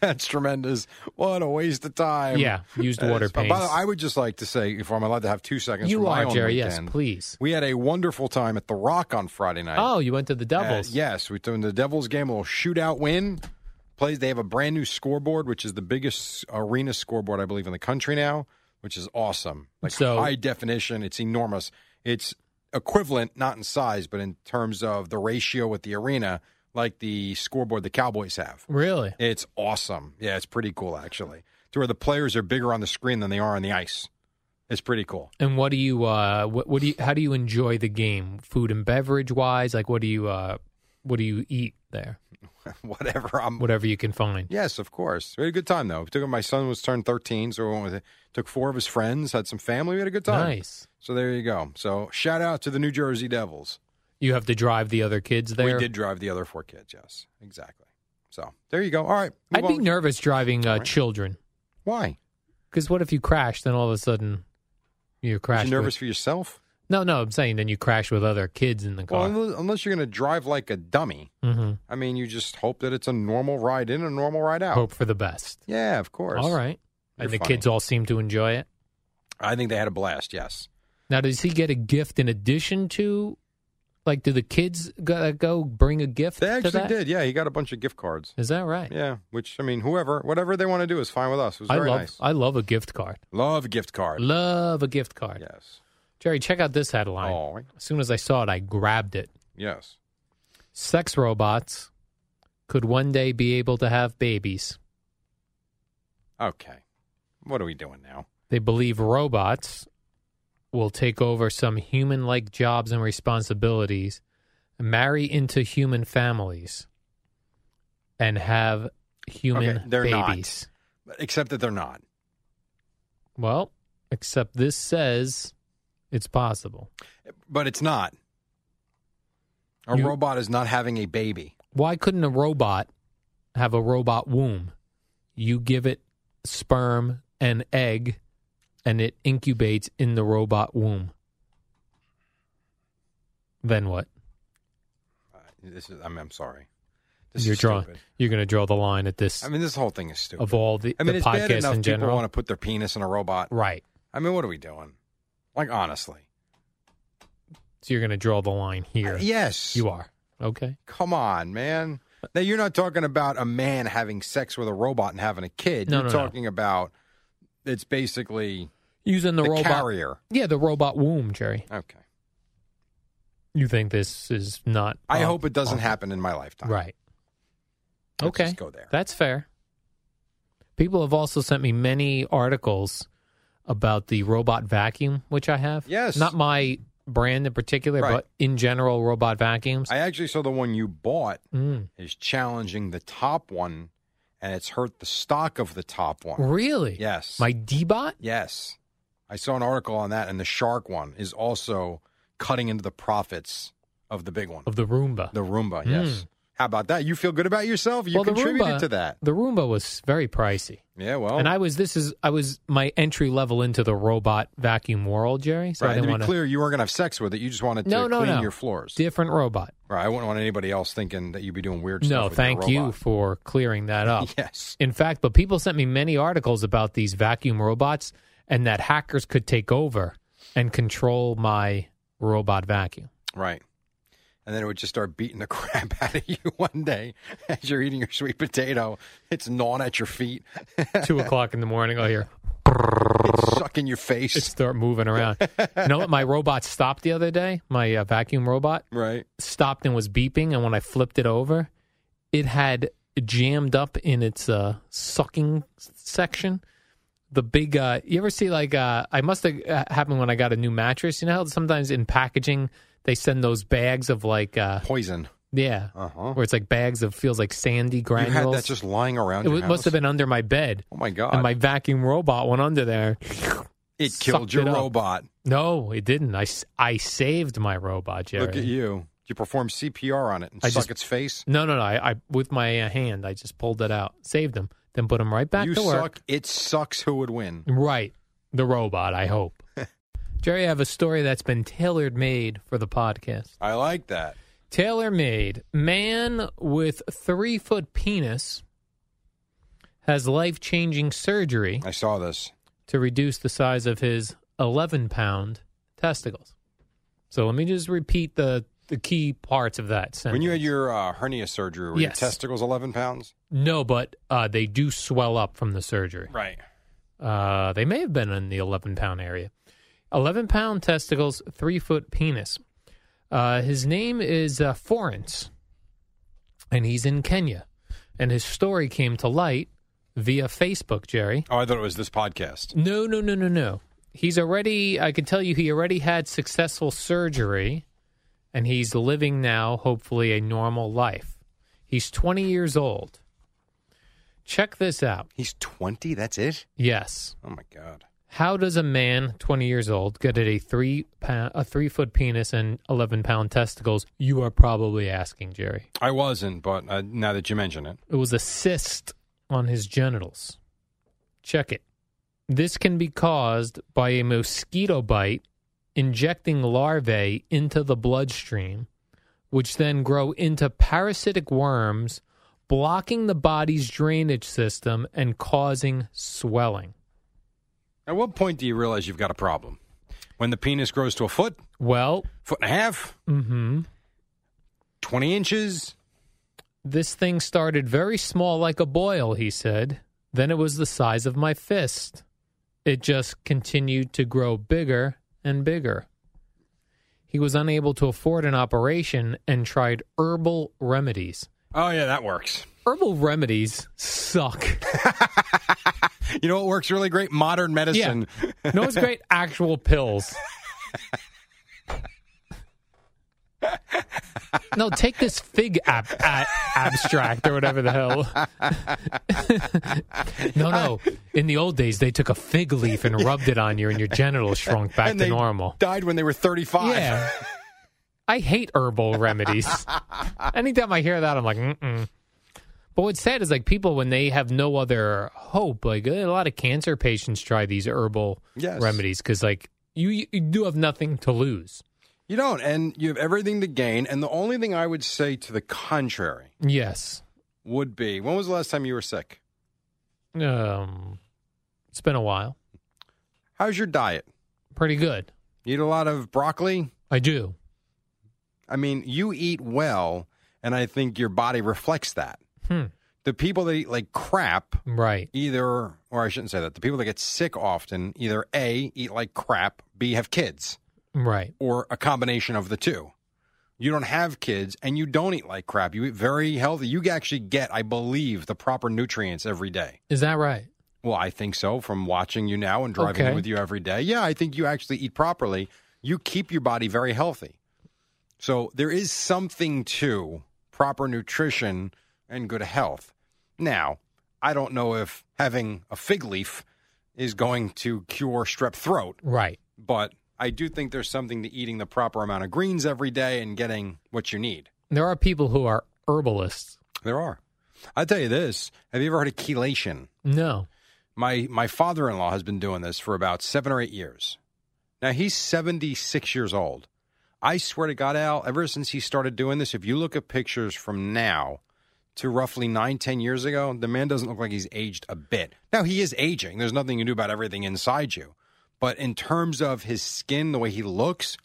That's tremendous. What a waste of time. yeah, used That water is fun. By the paints. way, I would just like to say, if I'm allowed to have two seconds, you from my are own Jerry. weekend, Yes, please. We had a wonderful time at the Rock on Friday night. Oh, you went to the Uh, Devils. yes, we turned the Devils game, a little shootout win. plays. They have a brand new scoreboard, which is the biggest arena scoreboard I believe in the country now, which is awesome. Like So- high definition, it's enormous. It's equivalent, not in size, but in terms of the ratio with the arena, like the scoreboard the Cowboys have. Really? It's awesome. Yeah, it's pretty cool actually. To where the players are bigger on the screen than they are on the ice. It's pretty cool. And what do you uh what, what do you how do you enjoy the game? Food and beverage wise, like what do you uh what do you eat there? Whatever. I'm Whatever you can find. Yes, of course. We had a good time though. We took my son was turned thirteen, so we went with it. Took four of his friends, had some family. We had a good time. Nice. So there you go. So shout out to the New Jersey Devils. You have to drive the other kids there. We did drive the other four kids. Yes, exactly. So there you go. All right. move I'd be on. nervous driving uh, All right. children Why? because what if you crash? Then all of a sudden you Are crash. you with- nervous for yourself? No, no, I'm saying then you crash with other kids in the Well, car. unless, unless you're going to drive like a dummy. hmm I mean, you just hope that it's a normal ride in, a normal ride out. Hope for the best. Yeah, of course. All right. You're and the funny. kids all seem to enjoy it. I think they had a blast. Yes. Now, does he get a gift in addition to, like, do the kids go, uh, go bring a gift? They to actually that? did. Yeah, he got a bunch of gift cards. Is that right? Yeah, which I mean, whoever, whatever they want to do is fine with us. It was I very love nice. I love a gift card. Love gift card. Love a gift card. Yes. Jerry, check out this headline. Oh, As soon as I saw it, I grabbed it. yes. Sex robots could one day be able to have babies. Okay. What are we doing now? They believe robots will take over some human like jobs and responsibilities, marry into human families, and have human Okay, they're not. babies. Except that they're not. Well, except this says it's possible. But it's not. A You- robot is not having a baby. Why couldn't a robot have a robot womb? You give it sperm and egg, and it incubates in the robot womb. Then what? Uh, This is. I'm, I'm sorry. This you're is drawing. stupid. You're going to draw the line at this I mean, this whole thing is stupid. of all the, I mean, the it's bad podcasts enough in people general. want to put their penis in a robot. Right. I mean, what are we doing? Like honestly. So you're going to draw the line here. Uh, yes. You are. Okay. Come on, man. Now you're not talking about a man having sex with a robot and having a kid. No, you're no, no. talking about it's basically Using the, the robot. carrier. Yeah, the robot womb, Jerry. Okay. You think this is not. I um, hope it doesn't um, happen in my lifetime. Right. Let's okay. just go there. That's fair. People have also sent me many articles about the robot vacuum, which I have. Yes. Not my brand in particular, Right. but in general, robot vacuums. I actually saw the one you bought Mm. is challenging the top one, and it's hurt the stock of the top one. Really? Yes. My Dbot? Yes. I saw an article on that, and the shark one is also cutting into the profits of the big one, Of the Roomba. the Roomba. Hmm. Yes. How about that? You feel good about yourself? You well, the contributed Roomba, to that. Oh. The Roomba was very pricey. Yeah. Well. And I was this is I was my entry level into the robot vacuum world, Jerry. So right, I and didn't to be want clear, you weren't going to have sex with it. You just wanted No, to no, clean no. your floors. different robot. right. I wouldn't want anybody else thinking that you'd be doing weird stuff. No, with your thank you robot. for clearing that up. Yes. In fact, but people sent me many articles about these vacuum robots and that hackers could take over and control my robot vacuum. Right. And then it would just start beating the crap out of you one day as you're eating your sweet potato. It's gnawing at your feet. Two o'clock in the morning, I'll hear It's sucking your face. it start moving around. you know what? My robot stopped the other day. My uh, vacuum robot right. stopped and was beeping, and when I flipped it over, it had jammed up in its uh, sucking s- section. The big, uh, you ever see like uh, I must have uh, happened when I got a new mattress. You know how sometimes in packaging they send those bags of like, uh, Poison. yeah, Uh-huh. where it's like bags of feels like sandy You granules. had that just lying around it your wa- house? must have been under my bed, Oh, my God. and my vacuum robot went under there. it sucked killed your it up. robot. No, it didn't. I, s- I saved my robot, Jerry. Look at you. You perform CPR on it and I suck just- its face. No, no, no. I, I with my uh, hand, I just pulled it out, saved him, then put him right back you to work. suck. It sucks who would win. Right, the robot. I hope. Jerry, I have a story that's been tailored made for the podcast. I like that. Tailor made man with three foot penis has life changing surgery I saw this. to reduce the size of his eleven pound testicles. So let me just repeat the the key parts of that sentence. When you had your uh, hernia surgery, were Yes. your testicles 11 pounds? no, but uh, they do swell up from the surgery. Right. Uh, they may have been in the 11 pound area. 11 pound testicles, three foot penis. Uh, his name is uh, Forrence, and he's in Kenya. And his story came to light via Facebook, Jerry. Oh, I thought it was this podcast. No, no, no, no, no. He's already, I can tell you, he already had successful surgery and he's living now, hopefully, a normal life. He's 20 years old. Check this out. He's 20? That's it? Yes. Oh, my God. How does a man, 20 years old, get at a three pound, a three foot penis and 11 pound testicles? You are probably asking, Jerry. I wasn't, but uh, now that you mention it. It was a cyst on his genitals. Check it. This can be caused by a mosquito bite injecting larvae into the bloodstream, which then grow into parasitic worms, blocking the body's drainage system and causing swelling. At what point do you realize you've got a problem? When the penis grows to a foot, Well, foot and a half, hmm 20 inches? This thing started very small, like a boil, he said. Then it was the size of my fist. It just continued to grow bigger and bigger. He was unable to afford an operation and tried herbal remedies. Oh, yeah, that works. Herbal remedies suck. You know what works really great? Modern medicine. No, it's great. Actual pills. no, take this fig ab- a- abstract or whatever the hell. no, no. In the old days, they took a fig leaf and rubbed it on you, and your genitals shrunk back and to they normal. died when they were 35. Yeah. I hate herbal remedies. Anytime I hear that, I'm like, mm-mm. But what's sad is like people when they have no other hope. Like a lot of cancer patients try these herbal Yes. remedies because like you, you do have nothing to lose. You don't, and you have everything to gain. And the only thing I would say to the contrary Yes. would be when was the last time you were sick? Um, it's been a while. How's your diet? Pretty good. You eat a lot of broccoli? I do. I mean, you eat well, and I think your body reflects that. Hmm. The people that eat like crap, Right. either, or I shouldn't say that, the people that get sick often, either A, eat like crap, B, have kids, Right. or a combination of the two. You don't have kids and you don't eat like crap. You eat very healthy. You actually get, I believe, the proper nutrients every day. Is that right? Well, I think so. From watching you now and driving Okay. with you every day, yeah, I think you actually eat properly. You keep your body very healthy. So there is something to proper nutrition and good health. Now, I don't know if having a fig leaf is going to cure strep throat, Right. but I do think there's something to eating the proper amount of greens every day and getting what you need. There are people who are herbalists. There are. I'll tell you this. Have you ever heard of chelation? No. My my father in law has been doing this for about seven or eight years. Now he's seventy six years old. I swear to God, Al, ever since he started doing this, if you look at pictures from now to roughly nine, ten years ago, the man doesn't look like he's aged a bit. Now he is aging. There's nothing you can do about everything inside you. But in terms of his skin, the way he looks,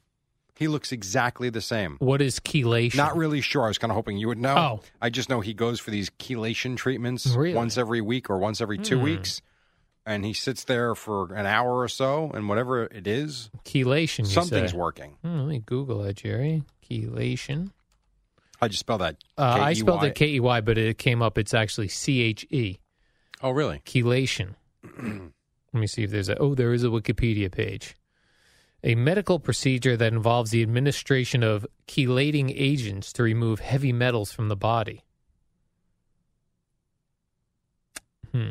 he looks exactly the same. What is chelation? Not really sure. I was kind of hoping you would know. Oh. I just know he goes for these chelation treatments Really? Hmm. once every week or once every two weeks. And he sits there for an hour or so, and whatever it is, Chelation. You something's say. working. Hmm, let me Google it, Jerry. Chelation. How'd you spell that? Uh, I spelled K-E-Y. it K E Y, but it came up. It's actually C H E. Oh, really? Chelation. Let me see if there's a. Oh, there is a Wikipedia page. A medical procedure that involves the administration of chelating agents to remove heavy metals from the body. Hmm.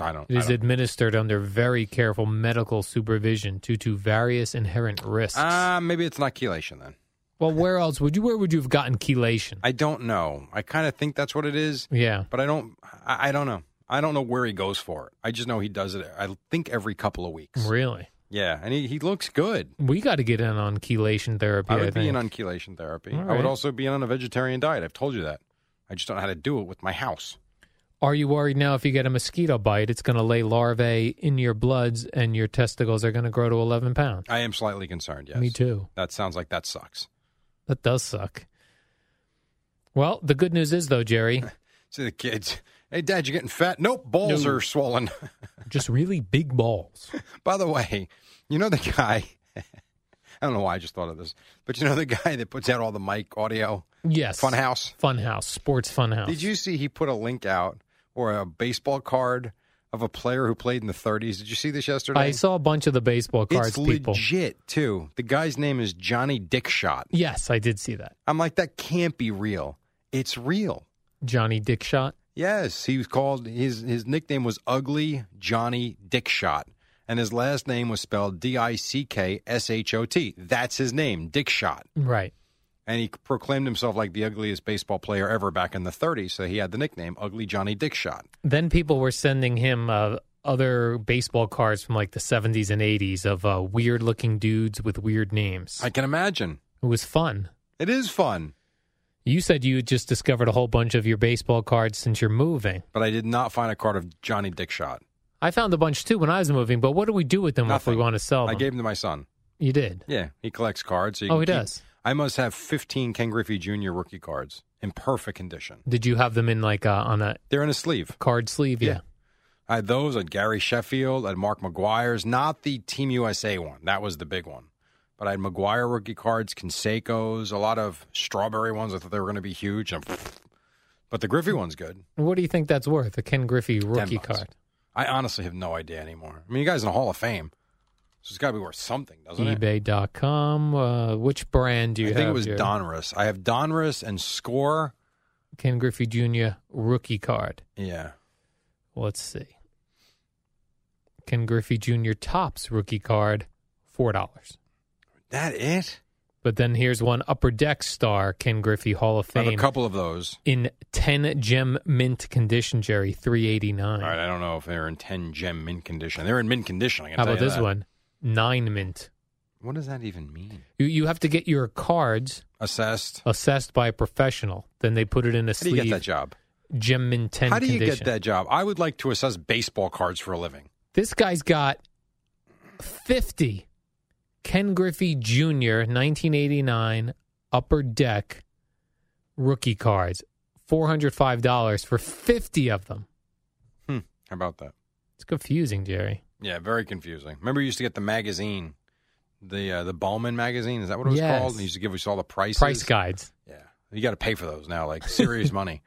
I don't. It I is don't- administered under very careful medical supervision due to various inherent risks. Uh, maybe it's not chelation then. well, where else would you? Where would you have gotten chelation? I don't know. I kind of think that's what it is, yeah. but I don't. I, I don't know. I don't know where he goes for it. I just know he does it. I think every couple of weeks. Really. Yeah, and he, he looks good. We got to get in on chelation therapy. I would I be in think. on chelation therapy. All I right. would also be in on a vegetarian diet. I've told you that. I just don't know how to do it with my house. Are you worried now if you get a mosquito bite, it's going to lay larvae in your bloods and your testicles are going to grow to 11 pounds? I am slightly concerned. Yes, Me too. That sounds like that sucks. That does suck. Well, the good news is though, Jerry, to the kids. Hey, Dad, you getting fat? Nope, balls No. are swollen. just really big balls. By the way, you know the guy. I don't know why I just thought of this, but you know the guy that puts out all the mic audio, Yes. Funhouse. Funhouse. Sports Funhouse. Did you see he put a link out or a baseball card of a player who played in the 30s? Did you see this yesterday? I saw a bunch of the baseball cards it's people. legit too. The guy's name is Johnny Dickshot. Yes, I did see that. I'm like, that can't be real. It's real. Johnny Dickshot. Yes, he was called his his nickname was Ugly Johnny Dickshot, and his last name was spelled D I C K S H O T. That's his name, Dickshot, Right. and he proclaimed himself like the ugliest baseball player ever back in the 30s. So he had the nickname Ugly Johnny Dickshot. Then people were sending him uh, other baseball cards from like the 70s and 80s of uh, weird looking dudes with weird names. I can imagine it was fun. it is fun, You said you had just discovered a whole bunch of your baseball cards since you're moving. but I did not find a card of Johnny Dickshot. I found a bunch too when I was moving, but what do we do with them if Nothing. we want to sell them? I gave them to my son. you did. Yeah, he collects cards. So you Oh, can he keep- does. I must have 15 Ken Griffey Jr. rookie cards in perfect condition. Did you have them in like uh, on a They're in a sleeve. card sleeve? Yeah. I had those. I had Gary Sheffield. I had Mark McGuire's. Not the Team USA one. That was the big one. But I had McGuire rookie cards, Conseco's, a lot of strawberry ones. I thought they were going to be huge. And but the Griffey one's good. What do you think that's worth? A Ken Griffey rookie bucks. card? I honestly have no idea anymore. I mean, you guys in the Hall of Fame, so it's got to be worth something, doesn't it? eBay.com. Uh, which brand do you I have? think it was here? Donruss. I have Donruss and Score. Ken Griffey Jr. rookie card. Yeah. Let's see. Ken Griffey Jr. tops rookie card, four dollars. That it? But then here's one Upper Deck star Ken Griffey Hall of I have Fame a couple of those. in ten gem mint condition, Jerry, three eighty All right, nine. I don't know if they're in 10 gem mint condition. They're in mint condition. I can How tell about you this that. one? Nine mint. What does that even mean? You you have to get your cards Assessed. assessed by a professional. Then they put it in a How do you get that Uh, sleeve. job? Gem mint ten. How do you condition. get that job? I would like to assess baseball cards for a living. This guy's got 50 Ken Griffey Jr. 1989 upper deck rookie cards. $405 for 50 of them. Hmm. How about that? It's confusing, Jerry. Yeah, very confusing. Remember, you used to get the magazine, the uh, the Bowman magazine. Is that what it was Yes. called? And you used to give us all the prices. Price guides. Yeah, you got to pay for those now, like serious money.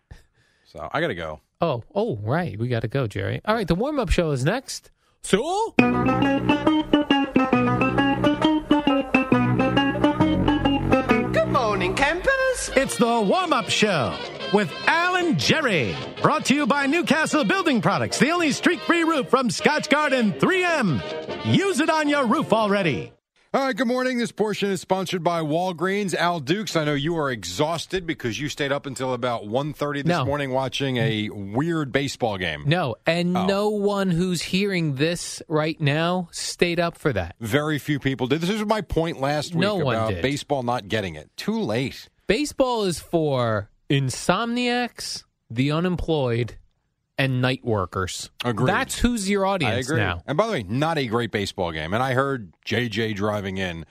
So I got to go. Oh, oh, right. We got to go, Jerry. All right, the warm up show is next. So, Good morning, campers. It's the warm up show with Alan Jerry. Brought to you by Newcastle Building Products, the only streak free roof from Scotch Garden 3M. Use it on your roof already. All right, good morning. This portion is sponsored by Walgreens. Al Dukes, I know you are exhausted because you stayed up until about 1.30 this No. morning watching a weird baseball game. no, and Oh. no one who's hearing this right now stayed up for that. Very few people did. This is my point last week No one about did. baseball not getting it. Too late. Baseball is for insomniacs, the unemployed, and night workers. Agreed. That's who's your I audience agree. now. And by the way, not a great baseball game. And I heard JJ driving in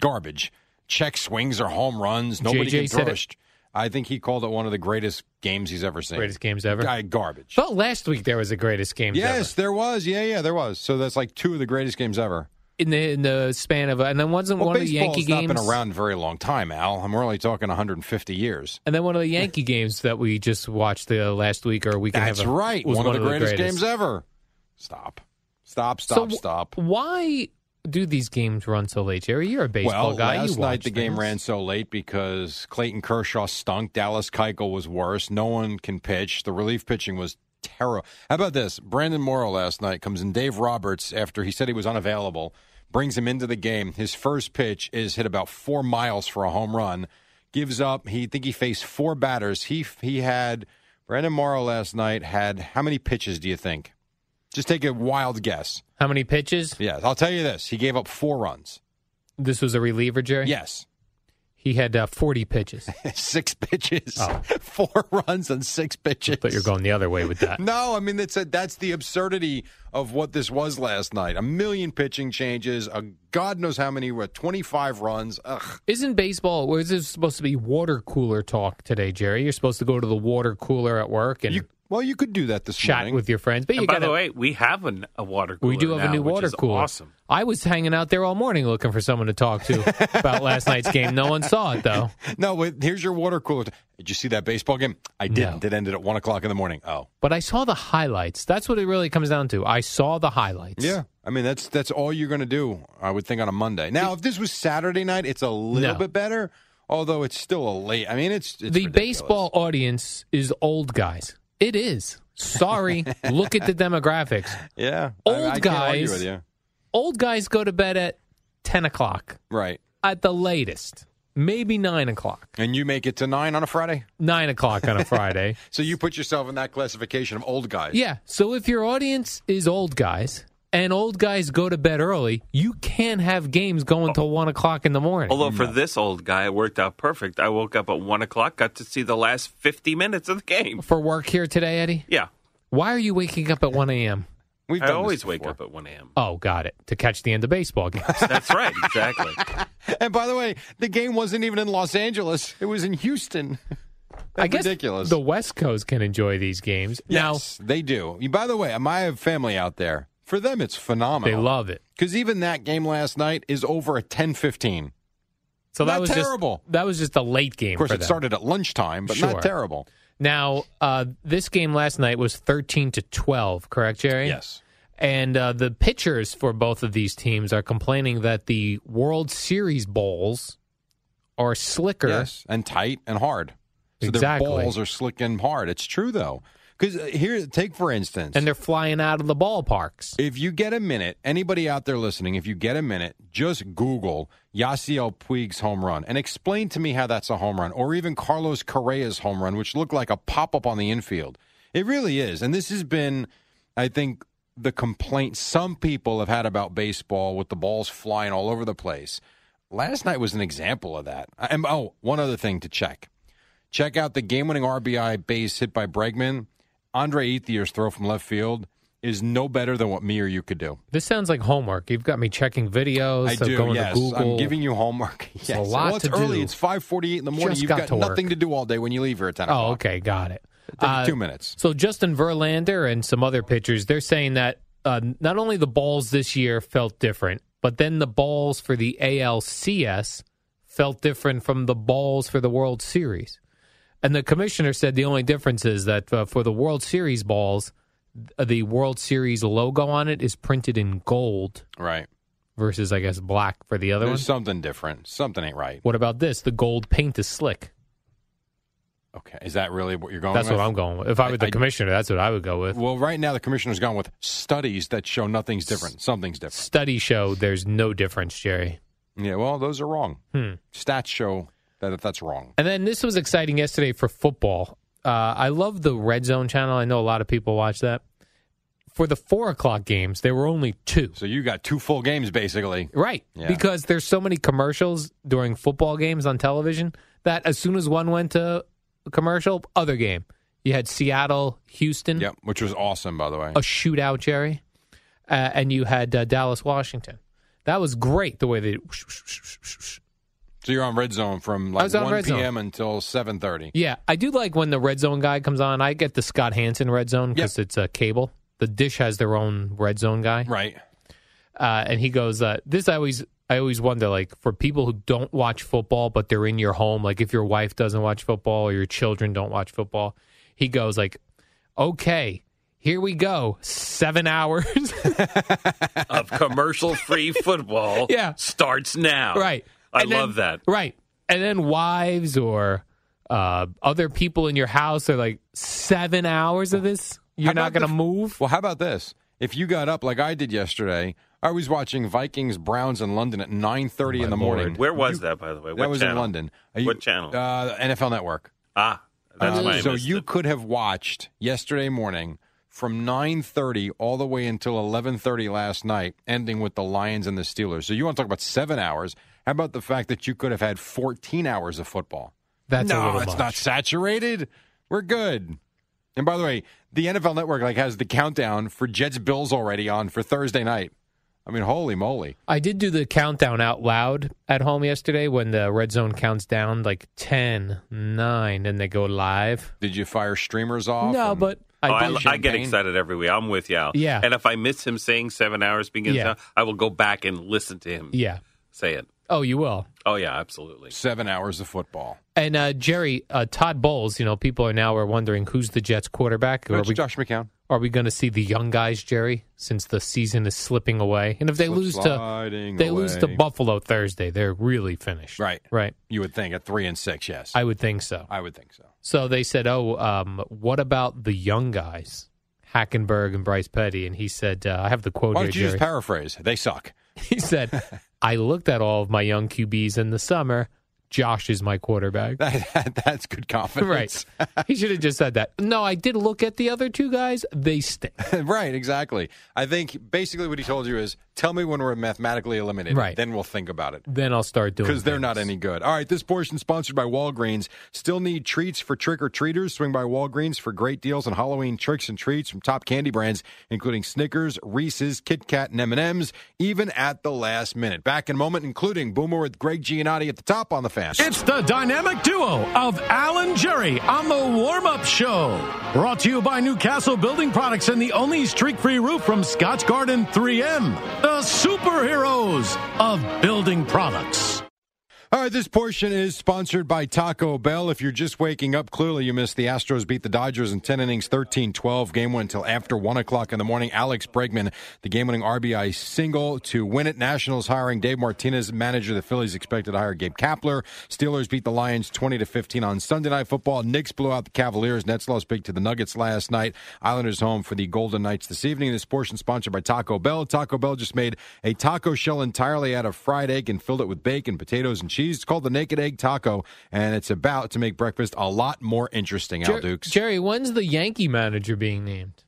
garbage. Check swings or home runs. Nobody JJ can said throw. it. a sh- I think he called it one of the greatest games he's ever seen. Greatest games ever. Guy, garbage. Thought last week there was the greatest games Yes, there was. Yeah, yeah, there was. So that's like two of the greatest games ever. ever in the in the span of and then wasn't Well, one of the baseball's Yankee not games been around a very long time, Al. I'm really talking 150 years. and then one of the Yankee games that we just watched the last week or a week and a That's half ago right. was One, of the greatest, games ever. Stop. Stop, stop, so, stop. Why do these games run so late, Jerry? You're a baseball well, guy. last you night watch the game things. ran so late because Clayton Kershaw stunk. Dallas Keuchel was worse. No one can pitch. The relief pitching was terrible. How about this? Brandon Morrow last night comes in. Dave Roberts, after he said he was unavailable, brings him into the game. His first pitch is hit about four miles for a home run. Gives up. He think he faced four batters. He he had Brandon Morrow last night had how many pitches do you think? Just take a wild guess. How many pitches? Yes, I'll tell you this. He gave up four runs. This was a reliever, Jerry. Yes. He had uh, 40 pitches. I six pitches, Oh. four runs on six pitches. thought you were going the other way with that. No, I mean that's a, that's the absurdity of what this was last night. A million pitching changes, a god knows how many, what twenty five runs. Ugh. Isn't baseball, was this supposed to be water cooler talk today, Jerry? You're supposed to go to the water cooler at work and You, well, you could do that this chat morning. with your friends. But you and by gotta- the way, we have an, a water cooler. we do have a now, new which water is cooler. Awesome. I was hanging out there all morning looking for someone to talk to about last night's game. No one saw it, though. no, wait, here's your water cooler. Did you see that baseball game? I didn't. It ended at one o'clock in the morning. Oh, But I saw the highlights. That's what it really comes down to. I saw the highlights. yeah. I mean that's that's all you're going to do. I would think on a Monday. Now, if this was Saturday night, it's a little No. bit better. Although it's still a late. I mean, it's, it's the ridiculous. baseball audience is old guys. It is. Sorry. Look at the demographics. Yeah, Old I, I can't argue guys- with you. Old guys go to bed at 10 o'clock Right. at the latest, maybe 9 o'clock. And you make it to nine on a Friday? 9 o'clock on a Friday. So you put yourself in that classification of old guys. yeah. So if your audience is old guys and old guys go to bed early, you can't have games going till 1 o'clock in the morning. Although for this old guy, it worked out perfect. I woke up at one o'clock, got to see the last fifty minutes of the game. for work here today, Eddie? Yeah, Why are you waking up at 1 a.m.? We've I done always wake up at one a.m. Oh, got it. To catch the end of baseball games. That's right, exactly. And by the way, the game wasn't even in Los Angeles. It was in Houston. I guess ridiculous. the West Coast can enjoy these games. Yes, they do. By the way, my family out there, for them it's Now, they phenomenal. love it. Because even that game last night is over at 10.15. So that Not was terrible. Just, that was just a late game. Of course, for it them. started at lunchtime, but Sure. not terrible. Now, uh, this game last night was thirteen to twelve. Correct, Jerry? Yes. And uh, the pitchers for both of these teams are complaining that the World Series bowls are slicker. Yes, and tight and hard. So Exactly. their balls are slick and hard. It's true, though. Because here, take for instance. And they're flying out of the ballparks. If you get a minute, anybody out there listening, if you get a minute, just Google Yasiel Puig's home run and explain to me how that's a home run, or even Carlos Correa's home run, which looked like a pop up on the infield. It really is. And this has been, I think, the complaint some people have had about baseball with the balls flying all over the place. Last night was an example of that. And oh, one other thing to check. Check out the game winning RBI base hit by Bregman. Andre Ethier's throw from left field is no better than what me or you could do. This sounds like homework. You've got me checking videos. I so do, Going yes. to Google. I'm giving you homework. Yes. a lot well, it's to do. early. It's 5.48 in the morning. Just You've got got, to work. nothing to do all day when you leave here at 10 o'clock. Oh, okay, got it. Take Uh, two minutes. So Justin Verlander and some other pitchers, they're saying that uh, not only the balls this year felt different, but then the balls for the ALCS felt different from the balls for the World Series. And the commissioner said the only difference is that uh, for the World Series balls, th- the World Series logo on it is printed in gold Right. versus, I guess, black for the other There's one. something different. Something ain't right. What about this? The gold paint is slick. Okay. Is that really what you're going That's with? what I'm going with. If I were the I- commissioner, that's what I would go with. Well, right now the commissioner's gone with studies that show nothing's different. Something's different. Studies show there's no difference, Jerry. Yeah, well, those are wrong. Hmm. Stats show that that's wrong. And then this was exciting yesterday for football. Uh, I love the Red Zone channel. I know a lot of people watch that. For the four o'clock games, there were only two. So you got two full games, basically. Right. Yeah. Because there's so many commercials during football games on television that as soon as one went to commercial, other game. You had Seattle, Houston, Yep, which was awesome, by the way. a shootout, Jerry. Uh, and you had uh, Dallas, Washington. That was great the way they. So you're on red zone from I like was on 1 Red Zone. p.m. until 7:30. Yeah, I do like when the red zone guy comes on. I get the Scott Hansen red zone because it's a cable. The dish has their own red zone guy, Right. uh, and he goes. Uh, this I always, I always wonder, like for people who don't watch football, but they're in your home, like if your wife doesn't watch football or your children don't watch football, he goes like, "Okay, here we go, seven hours." of commercial-free football. Yeah. starts now. Right. I And then- love that. Right. And then wives or uh, other people in your house are like, seven hours of this? You're How not about going to the- move? Well, how about this? If you got up like I did yesterday, I was watching Vikings Browns in London at 9:30 in the morning. Where was that, by the way? That What was in channel? London. Are What channel? Uh, NFL Network. Ah, that's Uh, why I so missed you it. could have watched yesterday morning from 9:30 all the way until 11:30 last night, ending with the Lions and the Steelers. So you want to talk about 7 hours? How about the fact that you could have had 14 hours of football? That's a no, little it's much. not saturated. We're good. And by the way, the NFL Network like has the countdown for Jets Bills already on for Thursday night. I mean, holy moly! I did do the countdown out loud at home yesterday when the red zone counts down like 10, 9, and they go live. Did you fire streamers off? No, and- but I, Oh, I, did- I get champagne. excited every week. I'm with you, Al. Yeah. And if I miss him saying seven hours begins Yeah. now, I will go back and listen to him Yeah. say it. Oh, you will. Oh, yeah, absolutely. seven hours of football. And uh, Jerry, uh, Todd Bowles, you know, people are now are wondering who's the Jets quarterback. Are That's we, Josh McCown. are we going to see the young guys, Jerry, since the season is slipping away? And if they Slip lose to sliding they lose to away. Buffalo Thursday, they're really finished. Right. Right. You would think at three and six, yes. I would think so. I would think so. So they said, "Oh, um, what about the young guys, Hackenberg and Bryce Petty?" And he said, uh, "I have the quote Why here, don't you Jerry." just paraphrase? They suck. he said, "I looked at all of my young QBs in the summer. Josh is my quarterback." That, that- that's good confidence. Right. he should have just said that. No, I did look at the other two guys. They stink. Right. exactly. I think basically what he told you is tell me when we're mathematically eliminated. Right. Then we'll think about it. Then I'll start doing Because they're not things. any good. All right, this portion sponsored by Walgreens. Still need treats for trick or treaters? Swing by Walgreens for great deals on Halloween tricks and treats from top candy brands, including Snickers, Reese's, Kit Kat, and M and M's. Even at the last minute. Back in a moment, including Boomer with Greg Giannotti at the top on the fan. It's the dynamic duo of Alan Jerry on the warm up show. Brought to you by Newcastle Building Products and the only streak free roof from Scotch Garden 3M. The superheroes of building products. All right, this portion is sponsored by Taco Bell. If you're just waking up, clearly you missed the Astros beat the Dodgers in 10 innings, 13 12. Game went until after 1 o'clock in the morning. Alex Bregman, the game winning RBI single to win it. Nationals hiring Dave Martinez, manager of the Phillies, expected to hire Gabe Kapler. Steelers beat the Lions 20 to 15 on Sunday Night Football. Knicks blew out the Cavaliers. Nets lost big to the Nuggets last night. Islanders home for the Golden Knights this evening. This portion sponsored by Taco Bell. Taco Bell just made a taco shell entirely out of fried egg and filled it with bacon, potatoes, and cheese. It's called the Naked Egg Taco, and it's about to make breakfast a lot more interesting. Al Jer- Dukes. Jerry, when's the Yankee manager being named?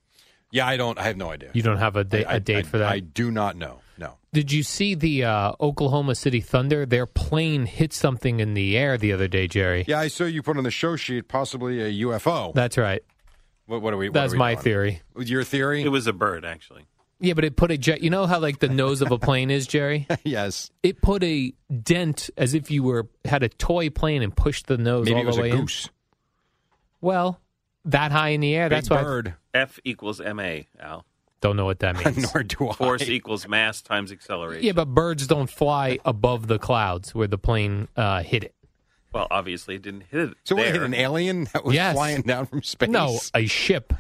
yeah, I don't. I have no idea. You don't have a, da- I- a date I- for that. I do not know. No. Did you see the uh, Oklahoma City Thunder? Their plane hit something in the air the other day, Jerry. Yeah, I saw you put on the show sheet possibly a UFO. That's right. what, what are we? what That's are we my doing? theory. Your theory? It was a bird, actually. Yeah, but it put a jet. You know how like the nose of a plane is, Jerry. yes. It put a dent as if you were had a toy plane and pushed the nose Maybe all it was the a way goose. in. Well, that high in the air. that's Big why I bird. F equals MA, Al. don't know what that means. Nor do I. Force equals mass times acceleration. yeah, but birds don't fly above the clouds where the plane uh, hit it. Well, obviously, it didn't hit it. So what, there. hit an alien that was Yes. flying down from space? No, a ship.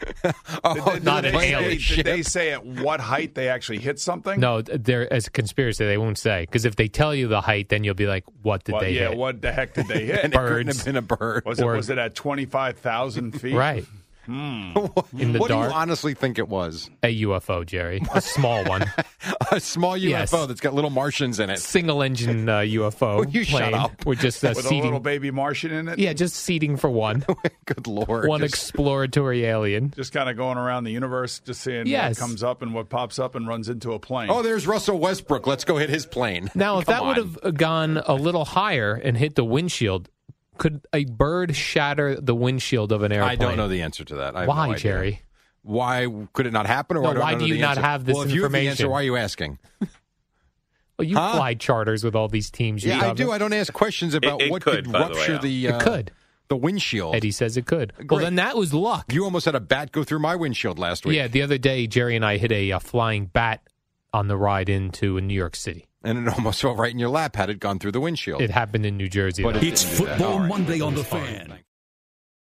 oh, not an but- alien. Did they say at what height they actually hit something? No, there as a conspiracy they won't say because if they tell you the height, then you'll be like, "What did Well, they yeah, hit?" what the heck did they hit? And it couldn't Birds. have been a bird. was, it, Or- was it at 25,000 feet? Right. In the Hmm. what do dark, you honestly think it was? a UFO, Jerry, a small one, A small UFO Yes. that's got little Martians in it. single engine uh, UFO Will you shut plane up? with just uh, With a seating. little baby Martian in it? yeah, just seating for one, Good lord. one Just- exploratory alien. Just kind of going around the universe, just seeing Yes. what comes up and what pops up and runs into a plane. oh, there's Russell Westbrook. Let's go hit his plane. Now, if Come that on. would have gone a little higher and hit the windshield, could a bird shatter the windshield of an airplane? I don't know the answer to that. I have Why, no idea. Jerry? Why could it not happen? Or No, I don't why know do the you not answer? have this well, if You have the information? answer, why are you asking? Well, you Huh? fly charters with all these teams. You Yeah, I cover. do. I don't ask questions about it what could, could by the way, rupture Al. the, uh, It could. the windshield. Eddie says it could. Well, Great. then that was luck. You almost had a bat go through my windshield last week. Yeah, the other day Jerry and I hit a, uh flying bat on the ride into New York City. And it almost fell right in your lap had it gone through the windshield. It happened in New Jersey. But though. it didn't do that. All right. Monday on the Fine.